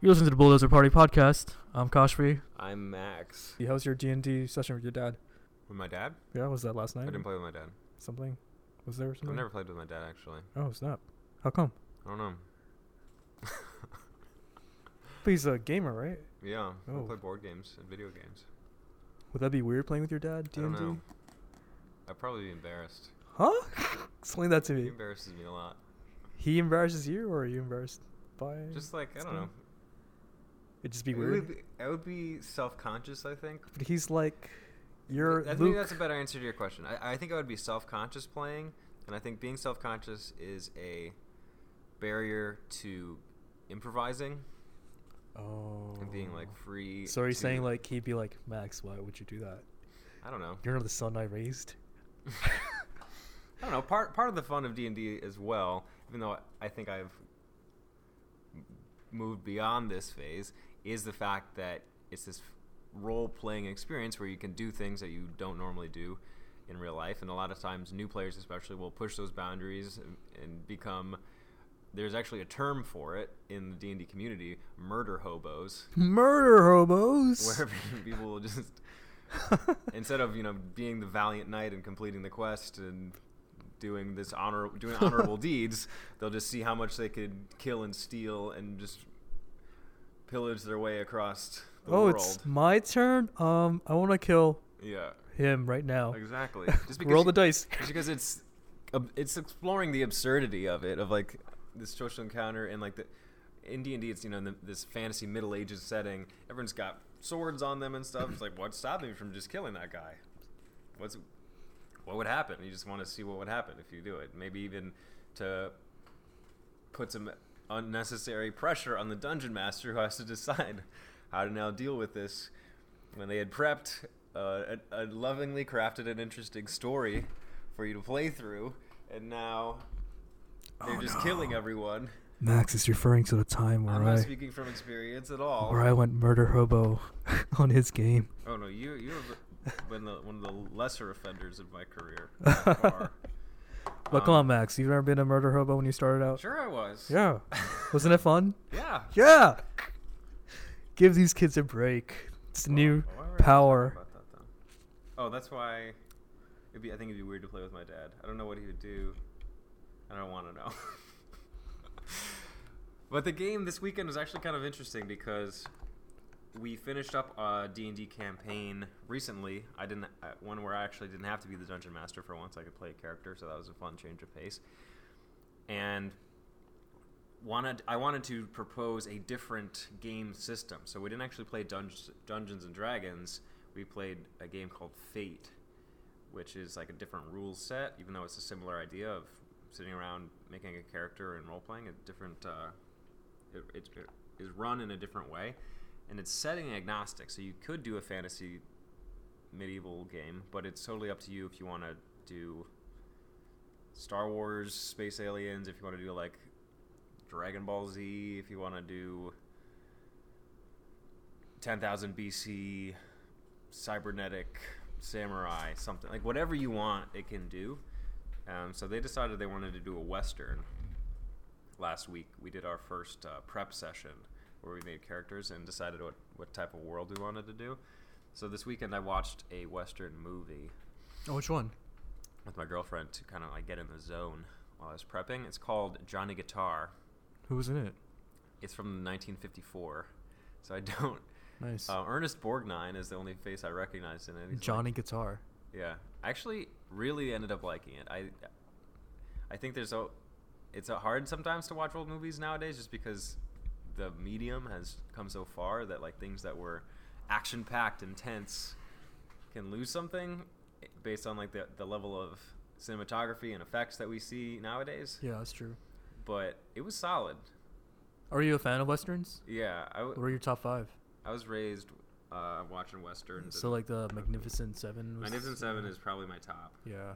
You're listening to the Bulldozer Party podcast. I'm Kashfi. I'm Max. Yeah, how's your D and D session with your dad? With my dad? Yeah, was that last night? I didn't play with my dad. Something? Was there I've something? never played with my dad actually. Oh snap! How come? I don't know. But he's a gamer, right? Yeah, I Oh. play board games and video games. Would that be weird playing with your dad D I and don't D? know. I'd probably be embarrassed. Huh? Explain that to He me. embarrasses me a lot. He embarrasses you, or are you embarrassed by? Just like I don't Explain. know. It'd just be It weird. would be, I would be self-conscious. I think. But he's like, you're I think Luke. that's a better answer to your question. I, I think I would be self-conscious playing, and I think being self-conscious is a barrier to improvising Oh. and being like free. So are you to- saying like he'd be like Max? Why would you do that? I don't know. You're the son I raised. I don't know. Part part of the fun of D and D as well, even though I think I've m- moved beyond this phase, is the fact that it's this role playing experience where you can do things that you don't normally do in real life, and a lot of times new players especially will push those boundaries and- and become. There's actually a term for it in the D and D community: murder hobos, Murder hobos. where people will just instead of you know being the valiant knight and completing the quest and doing this honor doing honorable deeds, they'll just see how much they could kill and steal and just pillage their way across the oh, world. it's my turn. Um, I want to kill Yeah, him right now. exactly. Just because Roll you- the dice. just because it's ab- it's exploring the absurdity of it of like this social encounter and like the in D&D it's you know in the, this fantasy middle ages setting everyone's got swords on them and stuff it's like what's stopping you from just killing that guy what's what would happen you just want to see what would happen if you do it maybe even to put some unnecessary pressure on the dungeon master who has to decide how to now deal with this when they had prepped uh, a, a lovingly crafted and interesting story for you to play through, and now they're Oh, just no. killing everyone. Max is referring to the time where I'm not I speaking from experience at all. where I went murder hobo on his game. Oh no, you you have been the, one of the lesser offenders of my career. by far. But come on, Max, you've never been a murder hobo when you started out. Um, Sure, I was. Yeah, wasn't it fun? Yeah. Yeah. Give these kids a break. It's the Well, new why were Oh, I upset power. about that, then? oh, that's why. It'd be, I think it'd be weird to play with my dad. I don't know what he would do. I don't want to know. but the game this weekend was actually kind of interesting because we finished up a D&D campaign recently. I didn't uh, one where I actually didn't have to be the dungeon master for once. I could play a character, so that was a fun change of pace. And wanted I wanted to propose a different game system. So we didn't actually play Dunge- Dungeons and Dragons. We played a game called Fate, which is like a different rule set, even though it's a similar idea of sitting around making a character and role playing. A different uh, it, it, it is run in a different way, and it's setting agnostic. So you could do a fantasy medieval game, but it's totally up to you if you want to do Star Wars, space aliens, if you want to do like Dragon Ball Z, if you want to do 10,000 BC, cybernetic samurai, something like whatever you want, it can do. Um, so they decided they wanted to do a Western. Last week, we did our first uh, prep session where we made characters and decided what, what type of world we wanted to do. So this weekend, I watched a Western movie Oh, which one? with my girlfriend to kind of like get in the zone while I was prepping. It's called Johnny Guitar. Who was in it? It's from 1954, so I don't. Nice. Uh, Ernest Borgnine is the only face I recognized in it. He's like- Johnny Guitar. yeah, I actually really ended up liking it. I, I think there's a, it's a hard sometimes to watch old movies nowadays just because the medium has come so far that like things that were action packed, intense, can lose something based on like the the level of cinematography and effects that we see nowadays. Yeah, that's true. But it was solid. Are you a fan of westerns? Yeah, I w- What are your top five? I was raised uh, watching westerns. So and like the Magnificent Seven. Was, Magnificent Seven is probably my top. Yeah.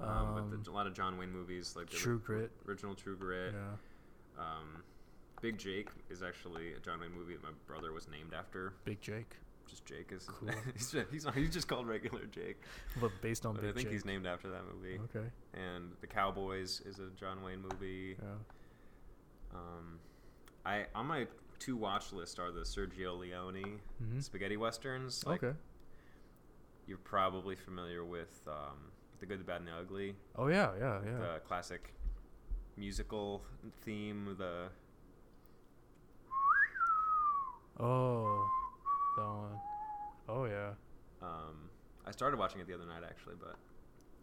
Um, with the, a lot of John Wayne movies, like the Um, True ri- Grit. original True Grit. yeah. Um, Big Jake is actually a John Wayne movie that my brother was named after. Big Jake. Just Jake is. Cool. he's, just, he's not. He's just called regular Jake. But based on But I Big think Jake. he's named after that movie. Okay. And The Cowboys is a John Wayne movie. Yeah. Um, I on my two watch list are the Sergio Leone Mhm. spaghetti westerns. Like, okay. You're probably familiar with um, The Good, the Bad, and the Ugly. Oh yeah, yeah, yeah. The classic musical theme. The Oh, that one. Oh yeah. um, I started watching it the other night actually, but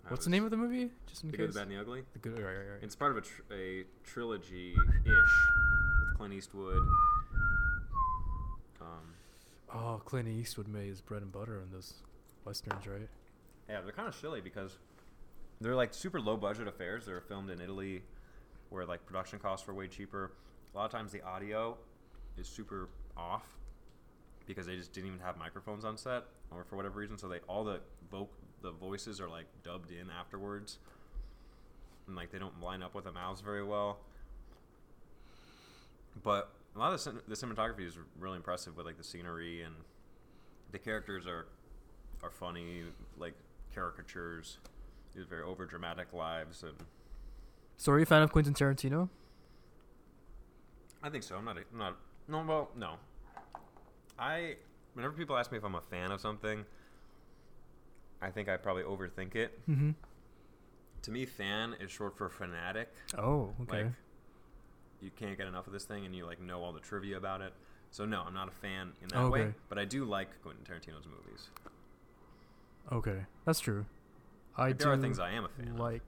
I What's the was- name of the movie? Just in The case. Good, the Bad, and the Ugly. The good. Right, right, right. It's part of a, tr- a trilogy ish with Clint Eastwood. Um, oh, Clint Eastwood made his bread and butter in those westerns, right? yeah, they're kind of silly because they're like super low budget affairs. They're filmed in Italy where like production costs were way cheaper. A lot of times the audio is super off because they just didn't even have microphones on set or for whatever reason. So they all the voc- the voices are like dubbed in afterwards and like they don't line up with the mouths very well. But a lot of the, cin- the cinematography is really impressive with like the scenery and the characters are are funny, like caricatures, these very over dramatic lives, and So are you a fan of Quentin Tarantino? I think so. I'm not. A, I'm not. No. Well, no. I. Whenever people ask me if I'm a fan of something, I think I probably overthink it. Mm-hmm. To me, fan is short for fanatic. Oh, okay. Like, you can't get enough of this thing, and you like know all the trivia about it. So no, I'm not a fan in that way. Okay. But I do like Quentin Tarantino's movies. okay, that's true. I there are do things I am a fan of. Like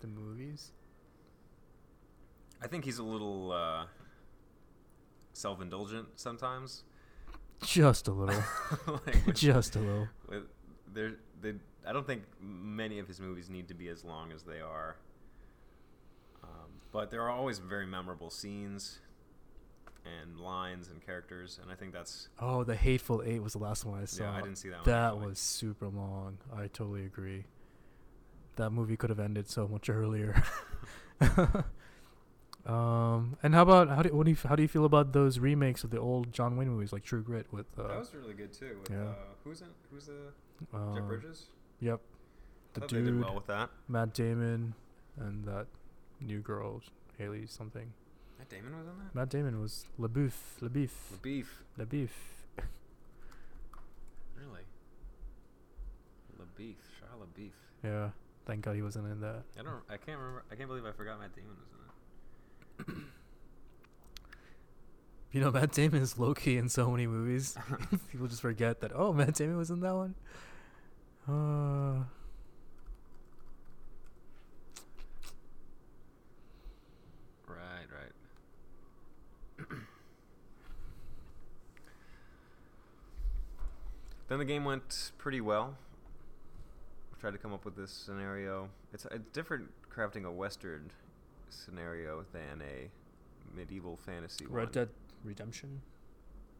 the movies. I think he's a little uh, self-indulgent sometimes. just a little, like with- just a little. with- there, they, I don't think many of his movies need to be as long as they are. Um, but there are always very memorable scenes and lines and characters, and I think that's Oh, the Hateful Eight was the last one I saw. yeah. I didn't see that. one. That actually. was super long. I totally agree. That movie could have ended so much earlier. um, and how about how do what do you, f- how do you feel about those remakes of the old John Wayne movies like True Grit with uh, that was really good too. With, yeah. uh, who's in? Who's the uh, Jeff Bridges? Yep, I the thought they did dude, well with that. Matt Damon, and that new girl Haley something. Matt Damon was in that. Matt Damon was LaBeouf, LaBeouf, The beef, LaBeouf. really. The beef, Shia LaBeef. Yeah, thank God he wasn't in that. I don't. I can't remember. I can't believe I forgot Matt Damon was in it. You know, Matt Damon is low key in so many movies. People just forget that. Oh, Matt Damon was in that one. Uh, Right, right. then the game went pretty well. I tried to come up with this scenario. It's, it's different crafting a Western scenario than a medieval fantasy one. Red Dead Redemption.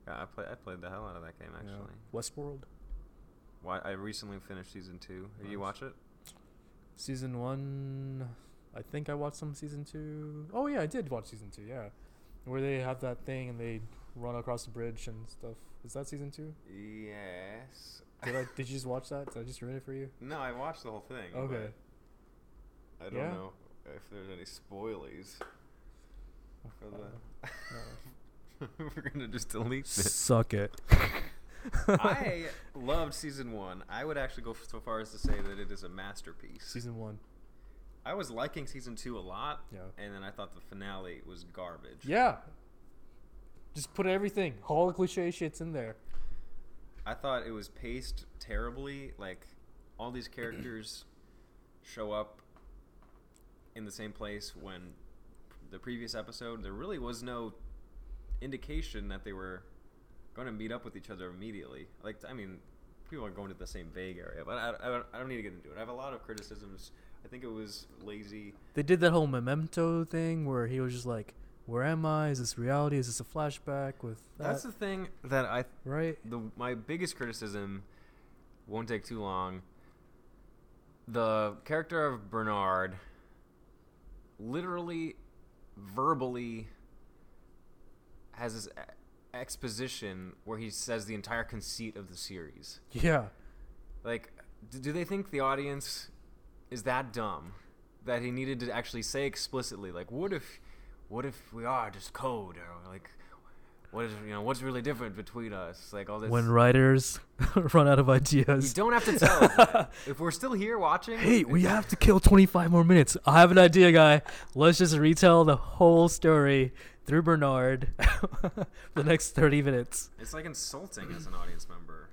Yeah, I, play, I played the hell out of that game, yeah. actually. Westworld. Why, I recently finished season two. Did you Nice. watch it? Season one. I think I watched some season two. Oh yeah, I did watch season two. Yeah, where they have that thing and they run across the bridge and stuff. Is that season two? Yes. Did I? did you just watch that? Did I just ruin it for you? No, I watched the whole thing. Okay. I don't Yeah. know if there's any spoilies. for the- Uh, uh, We're gonna just delete this. Suck it. I loved season one. I would actually go so far as to say that it is a masterpiece. season one. I was liking season two a lot, Yeah. and then I thought the finale was garbage. Yeah. Just put everything, all the cliche shits in there. I thought it was paced terribly. Like all these characters show up in the same place when the previous episode there really was no indication that they were going to meet up with each other immediately. Like I mean, people are going to the same vague area, but I, I, don't- I don't need to get into it. I have a lot of criticisms. I think it was lazy. They did that whole memento thing where he was just like, "Where am I? Is this reality? Is this a flashback?" With that, That's the thing that I right? the my biggest criticism won't take too long. The character of Bernard literally verbally has this e- exposition where he says the entire conceit of the series. Yeah. Like, d- do they think the audience is that dumb that he needed to actually say explicitly, like, what if, what if we are just code, or like, what is you know what's really different between us, like all this. when writers run out of you ideas. don't have to tell. us that. if we're still here watching, Hey, we it's- have to kill 25 more minutes. I have an idea, guy. Let's just retell the whole story through Bernard for the next 30 minutes. It's like insulting as an audience member.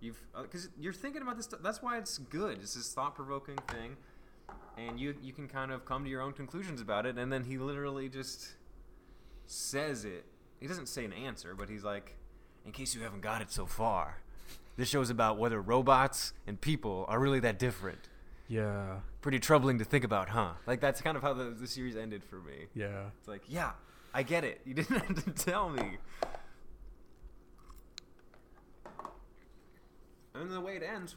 You've because you're thinking about this. stu- That's why it's good. It's this thought provoking thing, and you you can kind of come to your own conclusions about it. And then he literally just says it. He doesn't say an answer, but he's like, "In case you haven't got it so far, this show's about whether robots and people are really that different. Yeah. Pretty troubling to think about, huh? Like that's kind of how the, the series ended for me. Yeah. It's like, yeah, I get it. You didn't have to tell me. And the way it ends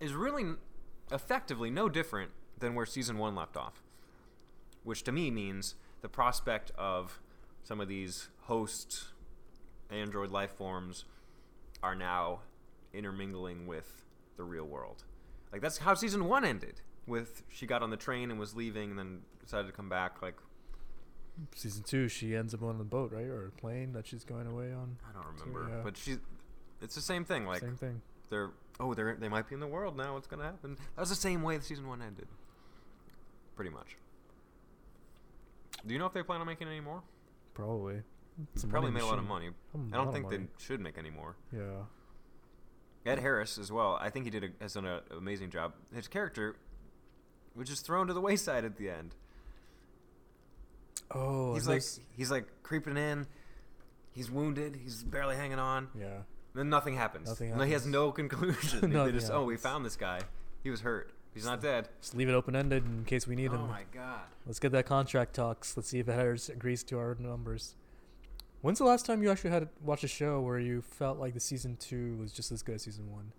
is really n- effectively no different than where season one left off, which to me means the prospect of some of these hosts, android life forms, are now intermingling with the real world. Like that's how season one ended. With she got on the train and was leaving, and then decided to come back. Like Season two, she ends up on the boat, right, or plane that she's going away on. I don't remember, yeah. but she. It's the same thing. Like Same thing. they're oh they're they might be in the world now. What's gonna happen? That was the same way the season one ended. Pretty much. Do you know if they plan on making any more? Probably. It's They Probably made a lot of money. I don't think they should make any more. they. Yeah. Ed Harris as well. I think he did a, has done an amazing job. His character, was just thrown to the wayside at the end. Oh, he's and like there's- he's like creeping in. He's wounded. He's barely hanging on. Yeah. Then nothing happens. Nothing No, he has happens. no conclusion. they Nothing just oh we happens. found this guy. He was hurt. He's not dead. Just leave it open ended in case we need oh him. my god. Let's get that contract talks. Let's see if Harris agrees to our numbers. When's the last time you actually had watched a show where you felt like the season two was just as good as season one?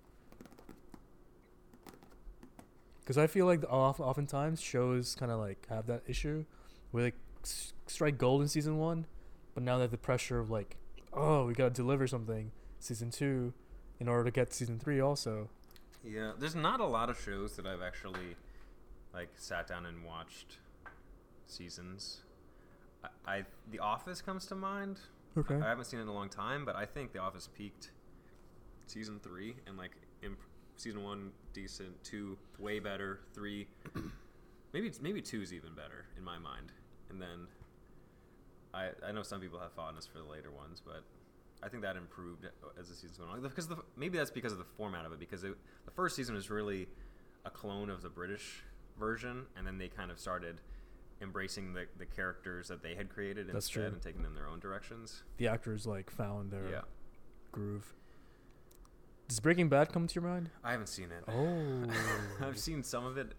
Because I feel like the, of- oftentimes shows kind of like have that issue, where they s- strike gold in season one, but now they have the pressure of like, oh, we gotta deliver something season two, in order to get season three also. Yeah, there's not a lot of shows that I've actually like sat down and watched seasons. I, I The Office comes to mind. Okay. I, I haven't seen it in a long time, but I think The Office peaked season three and like imp- season one decent, two way better, three maybe maybe two's even better in my mind. And then I I know some people have fondness for the later ones, but I think that improved as the season went on. Because the, maybe that's because of the format of it. Because it, the first season was really a clone of the British version, and then they kind of started embracing the, the characters that they had created That's instead true. and taking them their own directions. The actors like found their Yeah, groove. Does Breaking Bad come to your mind? I haven't seen it. Oh, I've seen some of it.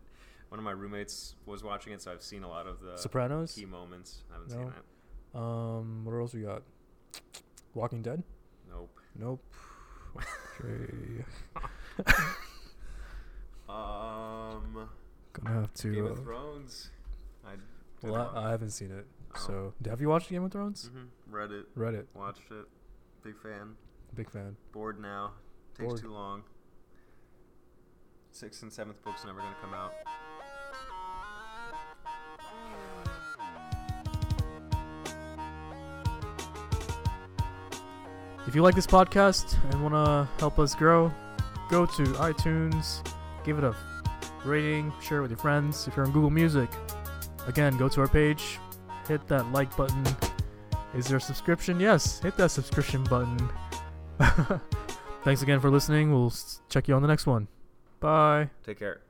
One of my roommates was watching it, so I've seen a lot of the Sopranos. key moments. I haven't No. seen it. Um, what else we got? Walking Dead. Nope. Nope. Okay. Um, Gonna have Game to. of uh, Thrones. I well, I, I haven't seen it. Oh. So, have you watched Game of Thrones? hmm read it, Read it. watched it. Big fan. Big fan. Bored now. Takes Bored. too long. Sixth and seventh book's never gonna come out. If you like this podcast and want to help us grow, go to iTunes, give it a rating, share it with your friends. If you're on Google Music, again, go to our page, hit that like button. Is there a subscription? Yes, hit that subscription button. Thanks again for listening. We'll s- check you on the next one. Bye. Take care.